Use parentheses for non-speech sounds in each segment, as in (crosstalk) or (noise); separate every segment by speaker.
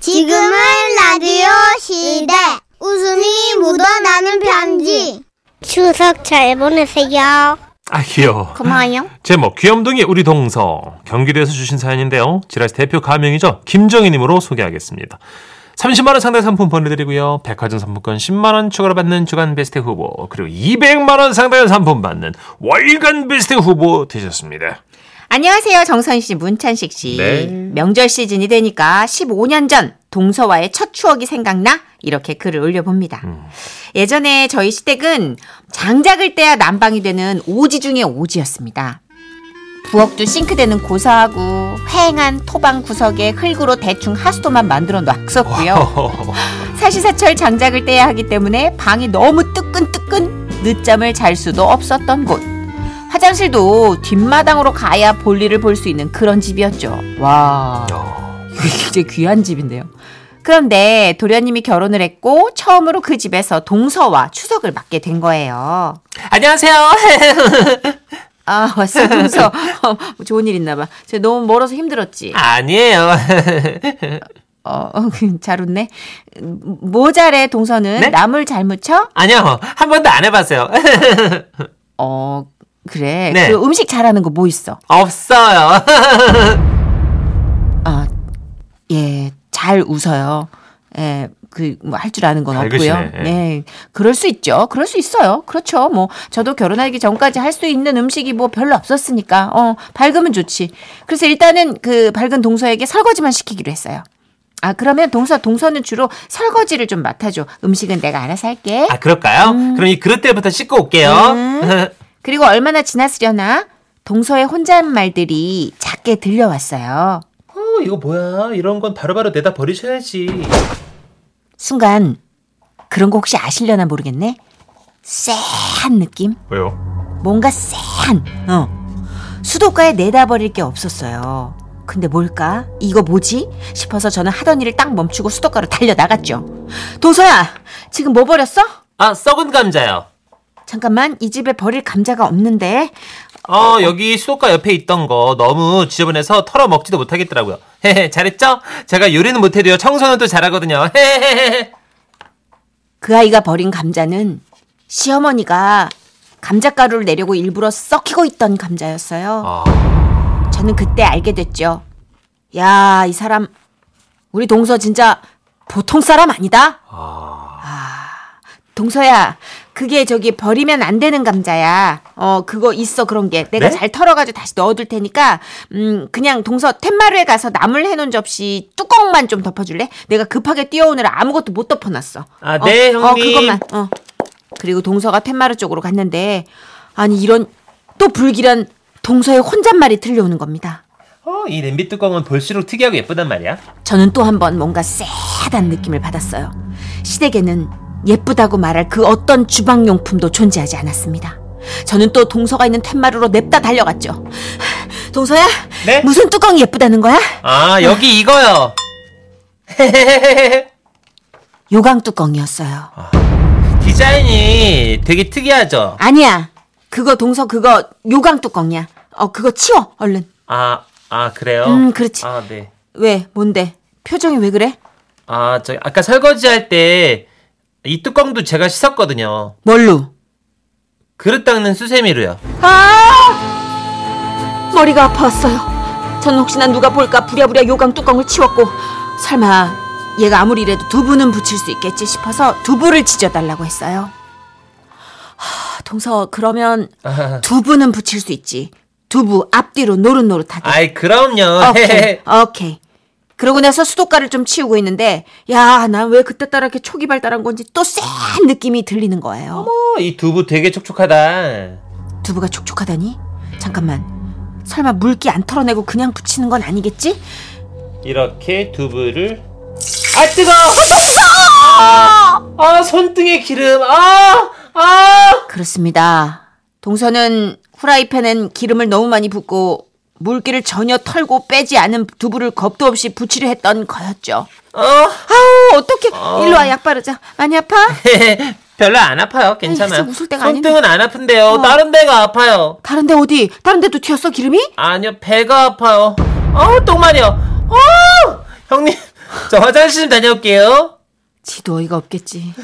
Speaker 1: 지금은 라디오 시대. 웃음이 묻어나는 편지. 추석 잘 보내세요.
Speaker 2: 아 귀여워.
Speaker 1: 고마워요.
Speaker 2: 제목 귀염둥이 우리 동서 경기도에서 주신 사연인데요. 지라시 대표 가명이죠. 김정희님으로 소개하겠습니다. 30만 원 상당 상품 보내드리고요. 백화점 상품권 10만 원 추가로 받는 주간 베스트 후보 그리고 200만 원 상당의 상품 받는 월간 베스트 후보 되셨습니다.
Speaker 3: 안녕하세요. 정선 씨, 문찬식 씨.
Speaker 2: 네.
Speaker 3: 명절 시즌이 되니까 15년 전 동서와의 첫 추억이 생각나? 이렇게 글을 올려봅니다. 예전에 저희 시댁은 장작을 떼야 난방이 되는 오지 중에 오지였습니다. 부엌도 싱크대는 고사하고 휑한 토방 구석에 흙으로 대충 하수도만 만들어 놨었고요. 사시사철 장작을 떼야 하기 때문에 방이 너무 뜨끈뜨끈 늦잠을 잘 수도 없었던 곳. 화장실도 뒷마당으로 가야 볼일을 볼 수 있는 그런 집이었죠. 와, 이제 귀한 집인데요. 그런데 도련님이 결혼을 했고 처음으로 그 집에서 동서와 추석을 맞게 된 거예요.
Speaker 2: (laughs) 안녕하세요. (laughs)
Speaker 3: 아, 왔어, 동서. 어, 좋은 일 있나 봐. 제가 너무 멀어서 힘들었지.
Speaker 2: 아니에요. (laughs)
Speaker 3: 어, (laughs) 잘 웃네. 모자래, 동서는.
Speaker 2: 네?
Speaker 3: 나물 잘 묻혀?
Speaker 2: 아니요. 한 번도 안 해봤어요. (laughs)
Speaker 3: 어, 그래.
Speaker 2: 네.
Speaker 3: 그 음식 잘하는 거 뭐 있어?
Speaker 2: 없어요. (laughs)
Speaker 3: 아, 예, 잘 웃어요. 예, 그, 뭐, 할 줄 아는 건
Speaker 2: 밝으시네,
Speaker 3: 없고요.
Speaker 2: 예.
Speaker 3: 네. 그럴 수 있죠. 그럴 수 있어요. 그렇죠. 뭐, 저도 결혼하기 전까지 할 수 있는 음식이 뭐 별로 없었으니까, 어, 밝으면 좋지. 그래서 일단은 그 밝은 동서에게 설거지만 시키기로 했어요. 아, 그러면 동서, 동서는 주로 설거지를 좀 맡아줘. 음식은 내가 알아서 할게.
Speaker 2: 아 그럴까요?
Speaker 1: 음.
Speaker 2: 그럼 이 그릇들부터 씻고 올게요.
Speaker 3: 그리고 얼마나 지났으려나? 동서의 혼잣말들이 작게 들려왔어요.
Speaker 2: (laughs) 어, 이거 뭐야? 이런 건 바로바로 내다 버리셔야지.
Speaker 3: 순간 그런 거 혹시 아시려나 모르겠네. 쎄한 느낌?
Speaker 2: 왜요?
Speaker 3: 뭔가 쎄한. 어. 수도가에 내다버릴 게 없었어요. 근데 뭘까? 이거 뭐지? 싶어서 저는 하던 일을 딱 멈추고 수도가로 달려 나갔죠. 도서야, 지금 뭐 버렸어?
Speaker 2: 아, 썩은 감자요.
Speaker 3: 잠깐만, 이 집에 버릴 감자가 없는데.
Speaker 2: 어, 여기 수도가 옆에 있던 거 너무 지저분해서 털어 먹지도 못하겠더라고요. 헤헤, 잘했죠? 제가 요리는 못해도요, 청소는 또 잘하거든요. 헤헤헤.
Speaker 3: 그 아이가 버린 감자는 시어머니가 감자가루를 내려고 일부러 썩히고 있던 감자였어요.
Speaker 2: 아,
Speaker 3: 저는 그때 알게 됐죠. 야, 이 사람, 우리 동서 진짜 보통 사람 아니다? 아. 동서야, 그게 저기 버리면 안 되는 감자야. 어, 그거 있어, 그런 게. 내가
Speaker 2: 네?
Speaker 3: 잘 털어가지고 다시 넣어둘 테니까, 음, 그냥 동서 툇마루에 가서 나물 해놓은 접시 뚜껑만 좀 덮어줄래? 내가 급하게 뛰어오느라 아무것도 못 덮어놨어.
Speaker 2: 아, 네,
Speaker 3: 어,
Speaker 2: 형님.
Speaker 3: 어, 그것만. 어. 그리고 동서가 툇마루 쪽으로 갔는데 아니 이런 또 불길한 동서의 혼잣말이 들려오는 겁니다.
Speaker 2: 어, 이 냄비 뚜껑은 볼수록 특이하고 예쁘단 말이야.
Speaker 3: 저는 또 한 번 뭔가 쎄하단 느낌을 받았어요. 시댁에는 예쁘다고 말할 그 어떤 주방용품도 존재하지 않았습니다. 저는 또 동서가 있는 툇마루로 냅다 달려갔죠. 동서야,
Speaker 2: 네?
Speaker 3: 무슨 뚜껑이 예쁘다는 거야?
Speaker 2: 아, 여기 이거요. 헤헤헤헤.
Speaker 3: 요강 뚜껑이었어요.
Speaker 2: 아. 디자인이 되게 특이하죠?
Speaker 3: 아니야, 그거 동서 그거 요강 뚜껑이야. 어, 그거 치워 얼른.
Speaker 2: 아, 아, 그래요?
Speaker 3: 음, 그렇지.
Speaker 2: 아, 네.
Speaker 3: 왜? 뭔데? 표정이 왜 그래?
Speaker 2: 아, 저 아까 설거지할 때 이 뚜껑도 제가 씻었거든요.
Speaker 3: 뭘로?
Speaker 2: 그릇 닦는 수세미로요. (laughs)
Speaker 3: 아! 머리가 아파왔어요. 저는 혹시나 누가 볼까 부랴부랴 요강 뚜껑을 치웠고 설마 얘가 아무리 이래도 두부는 붙일 수 있겠지 싶어서 두부를 지져달라고 했어요. 하, 동서 그러면
Speaker 2: 아.
Speaker 3: 두부는 붙일 수 있지. 두부 앞뒤로 노릇노릇하게.
Speaker 2: 아이, 네. 그럼요.
Speaker 3: 오케이, 오케이. 그러고 나서 수도가를 좀 치우고 있는데 야, 난 왜 그때 따라 이렇게 초기 발달한 건지 또 쎄한 느낌이 들리는 거예요.
Speaker 2: 어, 이 두부 되게 촉촉하다.
Speaker 3: 두부가 촉촉하다니? 잠깐만. 설마 물기 안 털어내고 그냥 붙이는 건 아니겠지?
Speaker 2: 이렇게 두부를 아 뜨거! 아, 아 손등에 기름. 아! 아!
Speaker 3: 그렇습니다. 동서는 후라이팬엔 기름을 너무 많이 붓고 물기를 전혀 털고 빼지 않은 두부를 겁도 없이 붙이려 했던 거였죠.
Speaker 2: 어. (laughs)
Speaker 3: 아우, 어떡해. 일로 와, 약 바르자. 많이 아파?
Speaker 2: 별로 안 아파요. 괜찮아요.
Speaker 3: 진짜 웃을 때가 어.
Speaker 2: 손등은 안 아픈데요. 다른 데가 아파요.
Speaker 3: 다른데 어디? 다른데도 튀었어, 기름이?
Speaker 2: 아니요. 배가 아파요. 어우, 똥만이요. 어! 형님,
Speaker 4: 저 화장실 좀 다녀올게요.
Speaker 3: 지도 어이가 없겠지.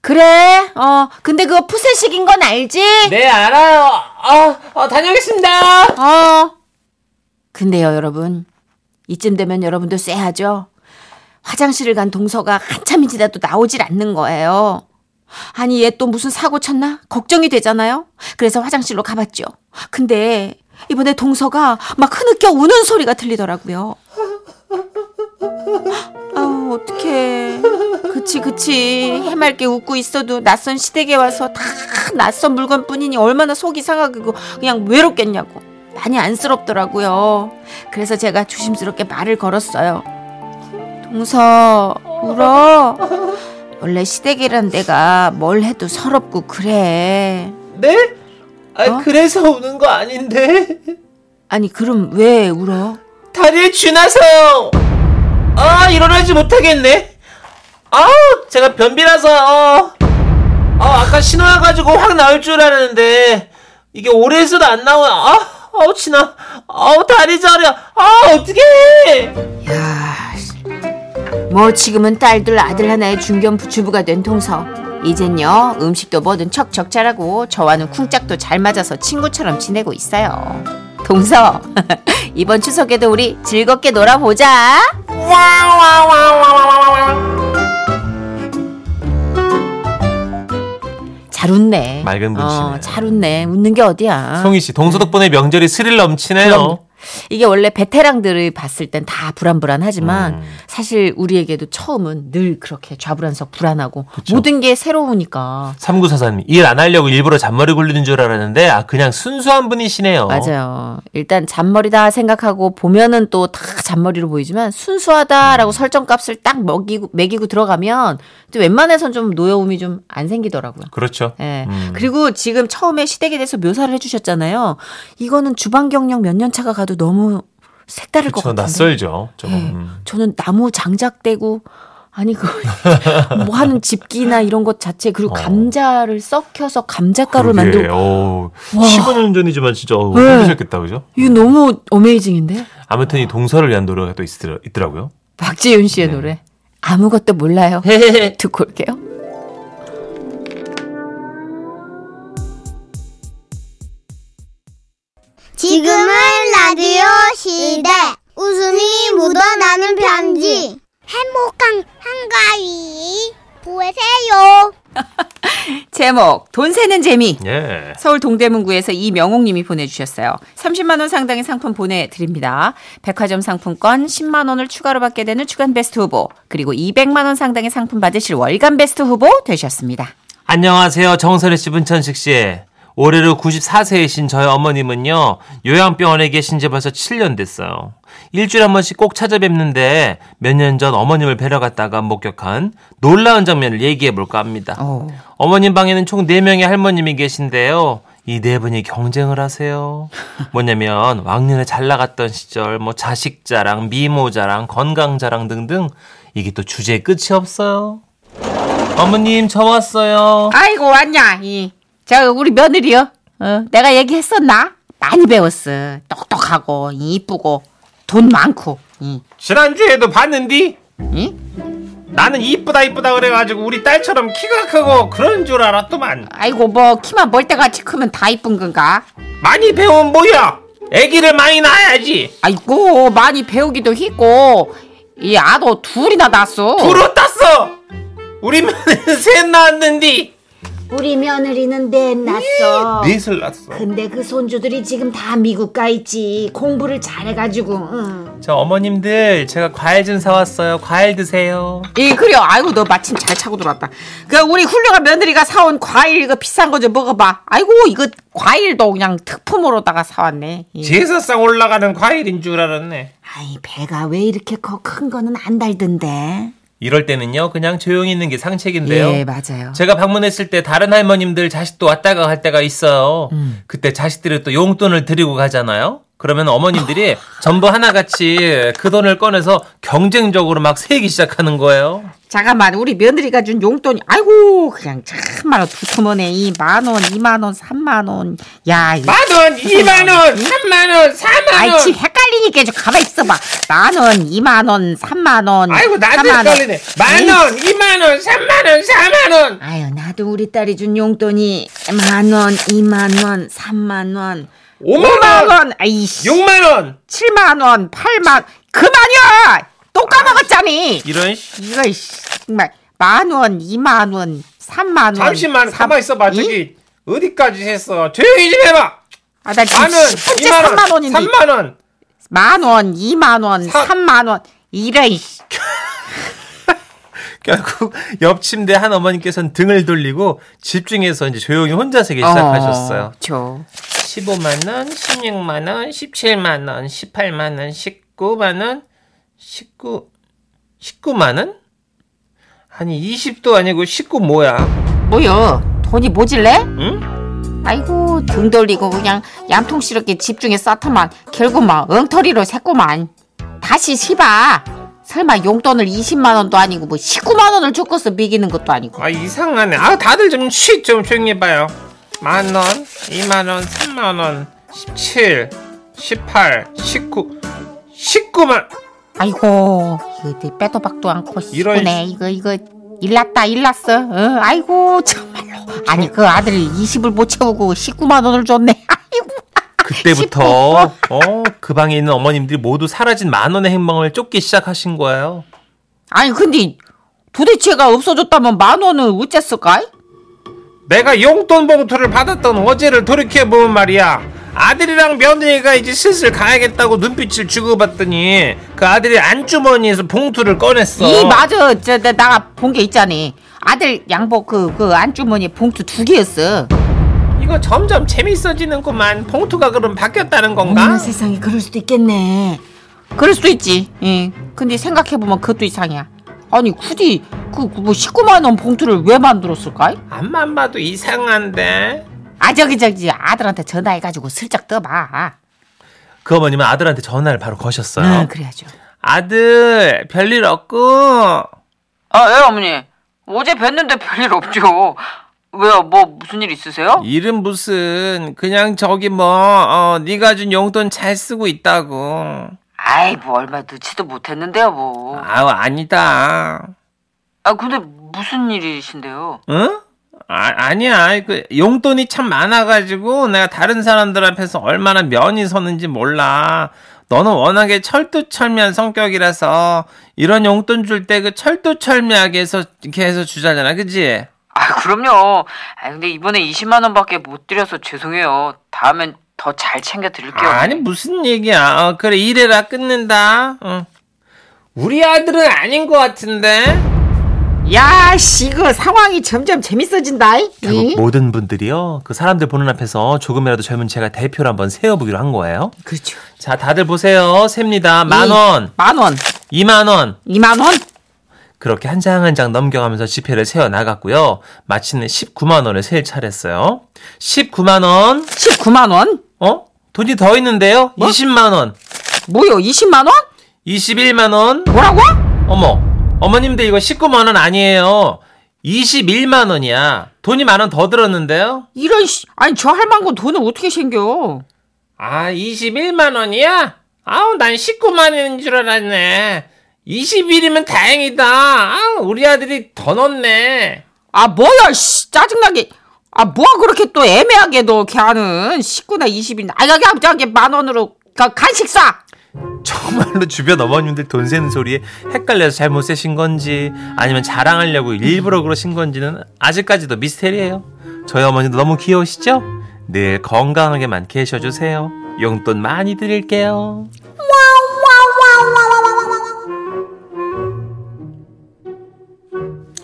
Speaker 3: 그래, 어, 근데 그거 푸세식인 건 알지?
Speaker 4: 네, 알아요. 아, 아, 다녀오겠습니다.
Speaker 3: 어. 근데요, 여러분. 이쯤 되면 여러분도 쎄하죠? 화장실을 간 동서가 한참이 지나도 나오질 않는 거예요. 아니, 얘 또 무슨 사고 쳤나? 걱정이 되잖아요? 그래서 화장실로 가봤죠. 근데 이번에 동서가 막 흐느껴 우는 소리가 들리더라고요. 아우, 어떡해. 그치, 그치. 해맑게 웃고 있어도 낯선 시댁에 와서 다 낯선 물건뿐이니 얼마나 속이 상하고 그냥 외롭겠냐고. 많이 안쓰럽더라고요. 그래서 제가 조심스럽게 말을 걸었어요. 동서, 울어. 원래 시댁이란 데가 뭘 해도 서럽고 그래.
Speaker 4: 네? 아,
Speaker 3: 어?
Speaker 4: 그래서 우는 거 아닌데.
Speaker 3: 아니, 그럼 왜 울어?
Speaker 4: 다리에 쥐나서요. 아, 일어나지 못하겠네. 아우, 제가 변비라서, 어. 아, 아까 신호와가지고 확 나올 줄 알았는데, 이게 오래 해서도 안 나와. 아, 아우, 치나. 아우, 다리 저려. 아, 어떡해.
Speaker 3: 야, 뭐 지금은 딸들 아들 하나의 중견 부추부가 된 동서. 이젠요 음식도 뭐든 척척 잘하고 저와는 쿵짝도 잘 맞아서 친구처럼 지내고 있어요. 동서 (laughs) 이번 추석에도 우리 즐겁게 놀아보자. 잘 웃네.
Speaker 2: 맑은 분이시네.
Speaker 3: 어, 잘 웃네. 웃는 게 어디야.
Speaker 2: 송희 씨, 동서 덕분에 명절이 스릴
Speaker 4: 음.
Speaker 2: 넘치네요.
Speaker 3: 이게 원래 베테랑들을 봤을 땐 다 불안불안하지만
Speaker 2: 음.
Speaker 3: 사실 우리에게도 처음은 늘 그렇게 좌불안석 불안하고 모든 게 새로우니까
Speaker 2: 3944님, 일 안 하려고 일부러 잔머리 굴리는 줄 알았는데, 아, 그냥 순수한 분이시네요.
Speaker 3: 맞아요. 일단 잔머리다 생각하고 보면은 또 다 잔머리로 보이지만
Speaker 2: 음.
Speaker 3: 순수하다라고 설정값을 딱 먹이고 매기고 들어가면 또 웬만해선 좀 노여움이 좀 안 생기더라고요.
Speaker 2: 그렇죠.
Speaker 3: 예.
Speaker 2: 음.
Speaker 3: 그리고 지금 처음에 시댁에 대해서 묘사를 해주셨잖아요. 이거는 주방 경력 몇 년 차가 가도 너무 색다를 것
Speaker 2: 그렇죠.
Speaker 3: 같은데.
Speaker 2: 낯설죠. 조금.
Speaker 3: 예,
Speaker 2: 음.
Speaker 3: 저는 나무 장작대고 아니 그, (laughs) 그뭐 하는 집기나 이런 것 자체 그리고
Speaker 2: 어.
Speaker 3: 감자를 썩혀서 감자가루를
Speaker 2: 그러게.
Speaker 3: 만들고
Speaker 2: 어우,
Speaker 3: 와.
Speaker 2: 15년 전이지만 진짜 어우,
Speaker 3: 네.
Speaker 2: 힘드셨겠다, 그죠?
Speaker 3: 이거 너무 어메이징인데
Speaker 2: 아무튼 이 동서를 위한 노래가 또 있, 있더라고요.
Speaker 3: 박지윤 씨의
Speaker 2: 네.
Speaker 3: 노래
Speaker 2: (laughs)
Speaker 3: 아무것도 몰라요 듣고 올게요.
Speaker 1: 지금은 라디오 시대. 웃음이 묻어나는 편지. 행복한 한가위 보세요.
Speaker 3: 제목 돈 세는 재미
Speaker 2: 예.
Speaker 3: 서울 동대문구에서 이명옥님이 보내주셨어요. 30만 원 상당의 상품 보내드립니다. 백화점 상품권 10만 원을 추가로 받게 되는 주간 베스트 후보 그리고 200만 원 상당의 상품 받으실 월간 베스트 후보 되셨습니다.
Speaker 2: 안녕하세요. 정선혜 씨, 문천식 씨. 올해로 94세이신 저희 어머님은요, 요양병원에 계신 지 벌써 7년 됐어요. 일주일에 한 번씩 꼭 찾아뵙는데, 몇 년 전 어머님을 뵈러 갔다가 목격한 놀라운 장면을 얘기해 볼까 합니다.
Speaker 3: 오.
Speaker 2: 어머님 방에는 총 4명의 할머님이 계신데요. 이 네 분이 경쟁을 하세요. 뭐냐면, 왕년에 잘 나갔던 시절, 뭐, 자식 자랑, 미모 자랑, 건강 자랑 등등, 이게 또 주제의 끝이 없어요. 어머님, 저 왔어요.
Speaker 3: 아이고 왔냐 이저 우리 며느리요 어, 내가 얘기했었나 많이 배웠어 똑똑하고 이쁘고 돈 많고 이.
Speaker 4: 지난주에도 봤는디?
Speaker 3: 응?
Speaker 4: 나는 이쁘다 이쁘다 그래가지고 우리 딸처럼 키가 크고 그런 줄 알았더만
Speaker 3: 아이고 뭐 키만 멀때같이 크면 다 이쁜 건가
Speaker 4: 많이 배운 뭐야 애기를 많이 낳아야지
Speaker 3: 아이고 많이 배우기도 했고 이 아도 둘이나 낳았어
Speaker 4: 부러 땄어 우리 (laughs) 며느리는 셋 낳았는디
Speaker 5: 우리 며느리는 넷 났어.
Speaker 4: 넷을 낳았어
Speaker 5: 근데 그 손주들이 지금 다 미국 가 있지. 공부를 잘해가지고. 응.
Speaker 2: 저 어머님들, 제가 과일 좀 사왔어요. 과일 드세요.
Speaker 3: 이 그래 아이고 너 마침 잘 차고 들어왔다 그 우리 훌륭한 며느리가 사온 과일 이거 비싼 거 좀 먹어봐 아이고 이거 과일도 그냥 특품으로다가 사왔네 예. 이.
Speaker 4: 제사상 올라가는 과일인 줄 알았네
Speaker 5: 아이 배가 왜 이렇게 커? 큰 거는 안 달던데.
Speaker 2: 이럴 때는요, 그냥 조용히 있는 게 상책인데요.
Speaker 3: 예 맞아요
Speaker 2: 제가 방문했을 때 다른 할머님들 자식도 왔다가 갈 때가 있어요.
Speaker 3: 음.
Speaker 2: 그때 자식들이 또 용돈을 드리고 가잖아요. 그러면
Speaker 3: (laughs)
Speaker 2: 어머님들이 전부 하나같이 그 돈을 꺼내서 경쟁적으로 막 세기 시작하는 거예요.
Speaker 3: 잠깐만 우리 며느리가 준 용돈이 아이고 그냥 참말로 두터머네 이 만원 이만원 삼만원 야 이거
Speaker 4: 만원, 이만원, 삼만원,
Speaker 3: 아이
Speaker 4: 사만원.
Speaker 3: 집 헷갈리니까 좀 가만 있어봐 만원 이만원 삼만원
Speaker 4: 아이고, 나도 헷갈리네. 만원, 이만원, 삼만원, 사만원.
Speaker 3: 아유 나도 우리 딸이 준 용돈이 만원 이만원 삼만원
Speaker 4: 오만원,
Speaker 3: 아이씨
Speaker 4: 육만원.
Speaker 3: 칠만원 팔만 그만이야 또 까먹었잖니
Speaker 4: 이런 씨.
Speaker 3: 이거 씨, 정말 만원 이만원 삼만원
Speaker 4: 잠시만 가만 있어봐.
Speaker 3: 이?
Speaker 4: 저기 어디까지 했어? 조용히 좀 해봐.
Speaker 3: 아나 지금
Speaker 4: 만원,
Speaker 3: 10분째
Speaker 4: 이만원,
Speaker 3: 3만원인데
Speaker 4: 삼만원.
Speaker 3: 만원 이만원
Speaker 4: 삼-
Speaker 3: 삼만원 이런 씨.
Speaker 2: 결국 옆 침대 한 어머님께서는 등을 돌리고 집중해서 이제 조용히 혼자 서기
Speaker 3: 어,
Speaker 2: 시작하셨어요.
Speaker 3: 저
Speaker 4: 15만원, 16만원, 17만원, 18만원, 19만원, 19, 19만원? 아니, 20도 아니고 19 뭐야?
Speaker 3: 뭐여 돈이 모질래?
Speaker 4: 응?
Speaker 3: 아이고 등 돌리고 그냥 얌통스럽게 집중해 쌓더만 결국 막 엉터리로 샜구만 다시 시바 설마 용돈을 20만원도 아니고 뭐 19만원을 줬고서 비기는 것도 아니고
Speaker 4: 아, 이상하네. 아, 다들 좀 쉬, 좀 조용히 해봐요. 만원, 2만원, 3만원, 17, 18, 19, 19만!
Speaker 3: 아이고 이거 내 빼도 박도 않고
Speaker 4: 이런
Speaker 3: 시구네 이거 이거 일났다 일났어 어, 아이고 정말로 아니 그 아들 20을 못 채우고 19만원을 줬네 (laughs) 아이고
Speaker 2: 그때부터 어, 그 방에 있는 어머님들이 모두 사라진 만 원의 행방을 쫓기 시작하신 거예요.
Speaker 3: 아니 근데 도대체가 없어졌다면 만원은 어쨌을까?
Speaker 4: 내가 용돈 봉투를 받았던 어제를 돌이켜보면 말이야 아들이랑 며느리가 이제 슬슬 가야겠다고 눈빛을 주고받더니 그 아들이 안주머니에서 봉투를 꺼냈어
Speaker 3: 이 맞아 저나 본 게 있잖니 아들 양복 그 그 안주머니 봉투 두 개였어
Speaker 4: 이거 점점 재밌어지는구만 봉투가 그럼 바뀌었다는 건가?
Speaker 3: 음,
Speaker 5: 어머나 세상에 그럴 수도 있겠네.
Speaker 3: 그럴 수도 있지 예 근데 생각해보면 그것도 이상이야 아니 굳이 그 뭐 19만원 봉투를 왜 만들었을까?
Speaker 4: 안만 봐도 이상한데
Speaker 3: 아 저기 저기 아들한테 전화해가지고 슬쩍 떠봐
Speaker 2: 그 어머님은 아들한테 전화를 바로
Speaker 4: 네.
Speaker 2: 거셨어요.
Speaker 3: 응 그래야죠
Speaker 4: 아들 별일 없고
Speaker 6: 아, 예, 어머니. 어제 뵀는데 별일 없죠. 왜요? 뭐 무슨 일 있으세요?
Speaker 4: 일은 무슨 그냥 저기 뭐 어, 네가 준 용돈 잘 쓰고 있다고
Speaker 6: 아이, 뭐 얼마 늦지도 못했는데요, 뭐.
Speaker 4: 아우 아니다
Speaker 6: 아, 근데 무슨 일이신데요?
Speaker 4: 응? 아, 아니야. 그 용돈이 참 많아가지고 내가 다른 사람들 앞에서 얼마나 면이 서는지 몰라. 너는 워낙에 철두철미한 성격이라서 이런 용돈 줄 때 그 철두철미하게 해서 이렇게 해서 주자잖아, 그지?
Speaker 6: 아, 그럼요. 아, 근데 이번에 20만 원밖에 못 드려서 죄송해요. 다음엔 더 잘 챙겨 드릴게요.
Speaker 4: 아니 무슨 얘기야? 어, 그래 이래라 끊는다. 응. 우리 아들은 아닌 것 같은데.
Speaker 3: 야씨 이거 상황이 점점 재밌어진다 이
Speaker 2: 결국 모든 분들이요 그 사람들 보는 앞에서 조금이라도 젊은 제가 대표를 한번 세워보기로 한 거예요.
Speaker 3: 그렇죠
Speaker 2: 자 다들 보세요 셉니다 만 원,
Speaker 3: 만원
Speaker 2: 이만 원,
Speaker 3: 2만원
Speaker 2: 그렇게 한 장 한 장 넘겨가면서 지폐를 세어 나갔고요. 마침내 19만 원을 세일 차렸어요. 19만 원,
Speaker 3: 19만원
Speaker 2: 어? 돈이 더 있는데요?
Speaker 3: 뭐?
Speaker 2: 20만 원,
Speaker 3: 뭐요 20만원
Speaker 2: 21만 원.
Speaker 3: 뭐라고?
Speaker 2: 어머, 어머님들 이거 19만 원 아니에요. 21만
Speaker 4: 아,
Speaker 2: 원이야. 돈이 만 원 더 들었는데요?
Speaker 3: 이런 씨 아니 저 할망구 돈은 어떻게 생겨
Speaker 4: 아, 21만 원이야? 아우, 난 19만 원인 줄 알았네. 21이면 다행이다. 아우, 우리 아들이 더 넣었네.
Speaker 3: 아 뭐야 씨 짜증나게 아 뭐가 그렇게 또 애매하게 너 걔는 19나 20인데 아 여기 갑자기 만원으로 가- 간식 싸
Speaker 2: 정말로 주변 어머님들 돈 세는 소리에 헷갈려서 잘못 세신 건지 아니면 자랑하려고 일부러 그러신 건지는 아직까지도 미스테리예요. 저희 어머니도 너무 귀여우시죠? 늘 건강하게만 계셔주세요. 용돈 많이 드릴게요.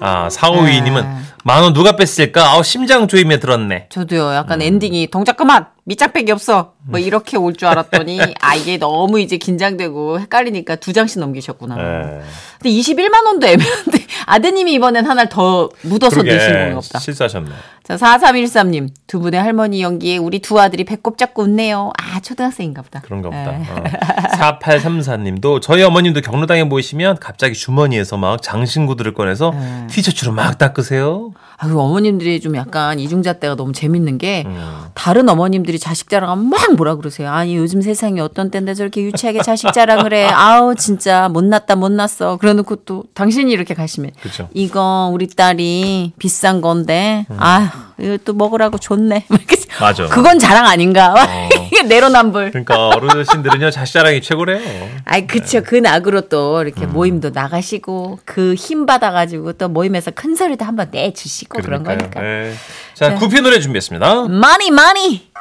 Speaker 2: 아, 4522님은
Speaker 3: 네.
Speaker 2: 만원 누가 뺐을까? 아우, 심장 조임에 들었네.
Speaker 3: 저도요 약간 엔딩이 동작 그만 밑장빼기 없어 뭐 이렇게 올 줄 알았더니 아 이게 너무 이제 긴장되고 헷갈리니까 두 장씩 넘기셨구나 근데 (laughs) 21만 원도 애매한데 아드님이 이번엔 하나를 더 묻어서 내신 건가 보다
Speaker 2: 실수하셨네.
Speaker 3: 자, 4313님. 두 분의 할머니 연기에 우리 두 아들이 배꼽 잡고 웃네요. 아, 초등학생인가 보다.
Speaker 2: 그런가 보다.
Speaker 3: 예.
Speaker 2: 어. 4834님도 저희 어머님도 경로당에 모이시면 갑자기 주머니에서 막 장신구들을 꺼내서
Speaker 3: 네.
Speaker 2: 티셔츠로 막 닦으세요.
Speaker 3: 아유, 그 어머님들이 좀 약간 이중잣대가 너무 재밌는 게
Speaker 2: 음.
Speaker 3: 다른 어머님들이 자식 자랑하면 막 뭐라 그러세요. 아니, 요즘 세상이 어떤 때인데 저렇게 유치하게 자식 자랑을 해. 아우, 진짜 못났다, 못났어. 그래놓고 또 당신이 이렇게 가시면.
Speaker 2: 그쵸.
Speaker 3: 이거 우리 딸이 비싼 건데, 아유, 이거 또 먹으라고 줬네. (laughs) 막 이렇게
Speaker 2: 맞아.
Speaker 3: 그건 자랑 아닌가? (laughs) 이게 내로남불.
Speaker 2: 그러니까 어르신들은요 자식 자랑이 최고래요.
Speaker 3: 아이 그쵸 그 낙으로 또 이렇게 모임도 나가시고 그 힘 받아가지고 또 모임에서
Speaker 2: 네.
Speaker 3: 큰 소리도 한번 내주시고 그런 거니까
Speaker 2: 예. 자 구피 노래 준비했습니다.
Speaker 3: 많이 많이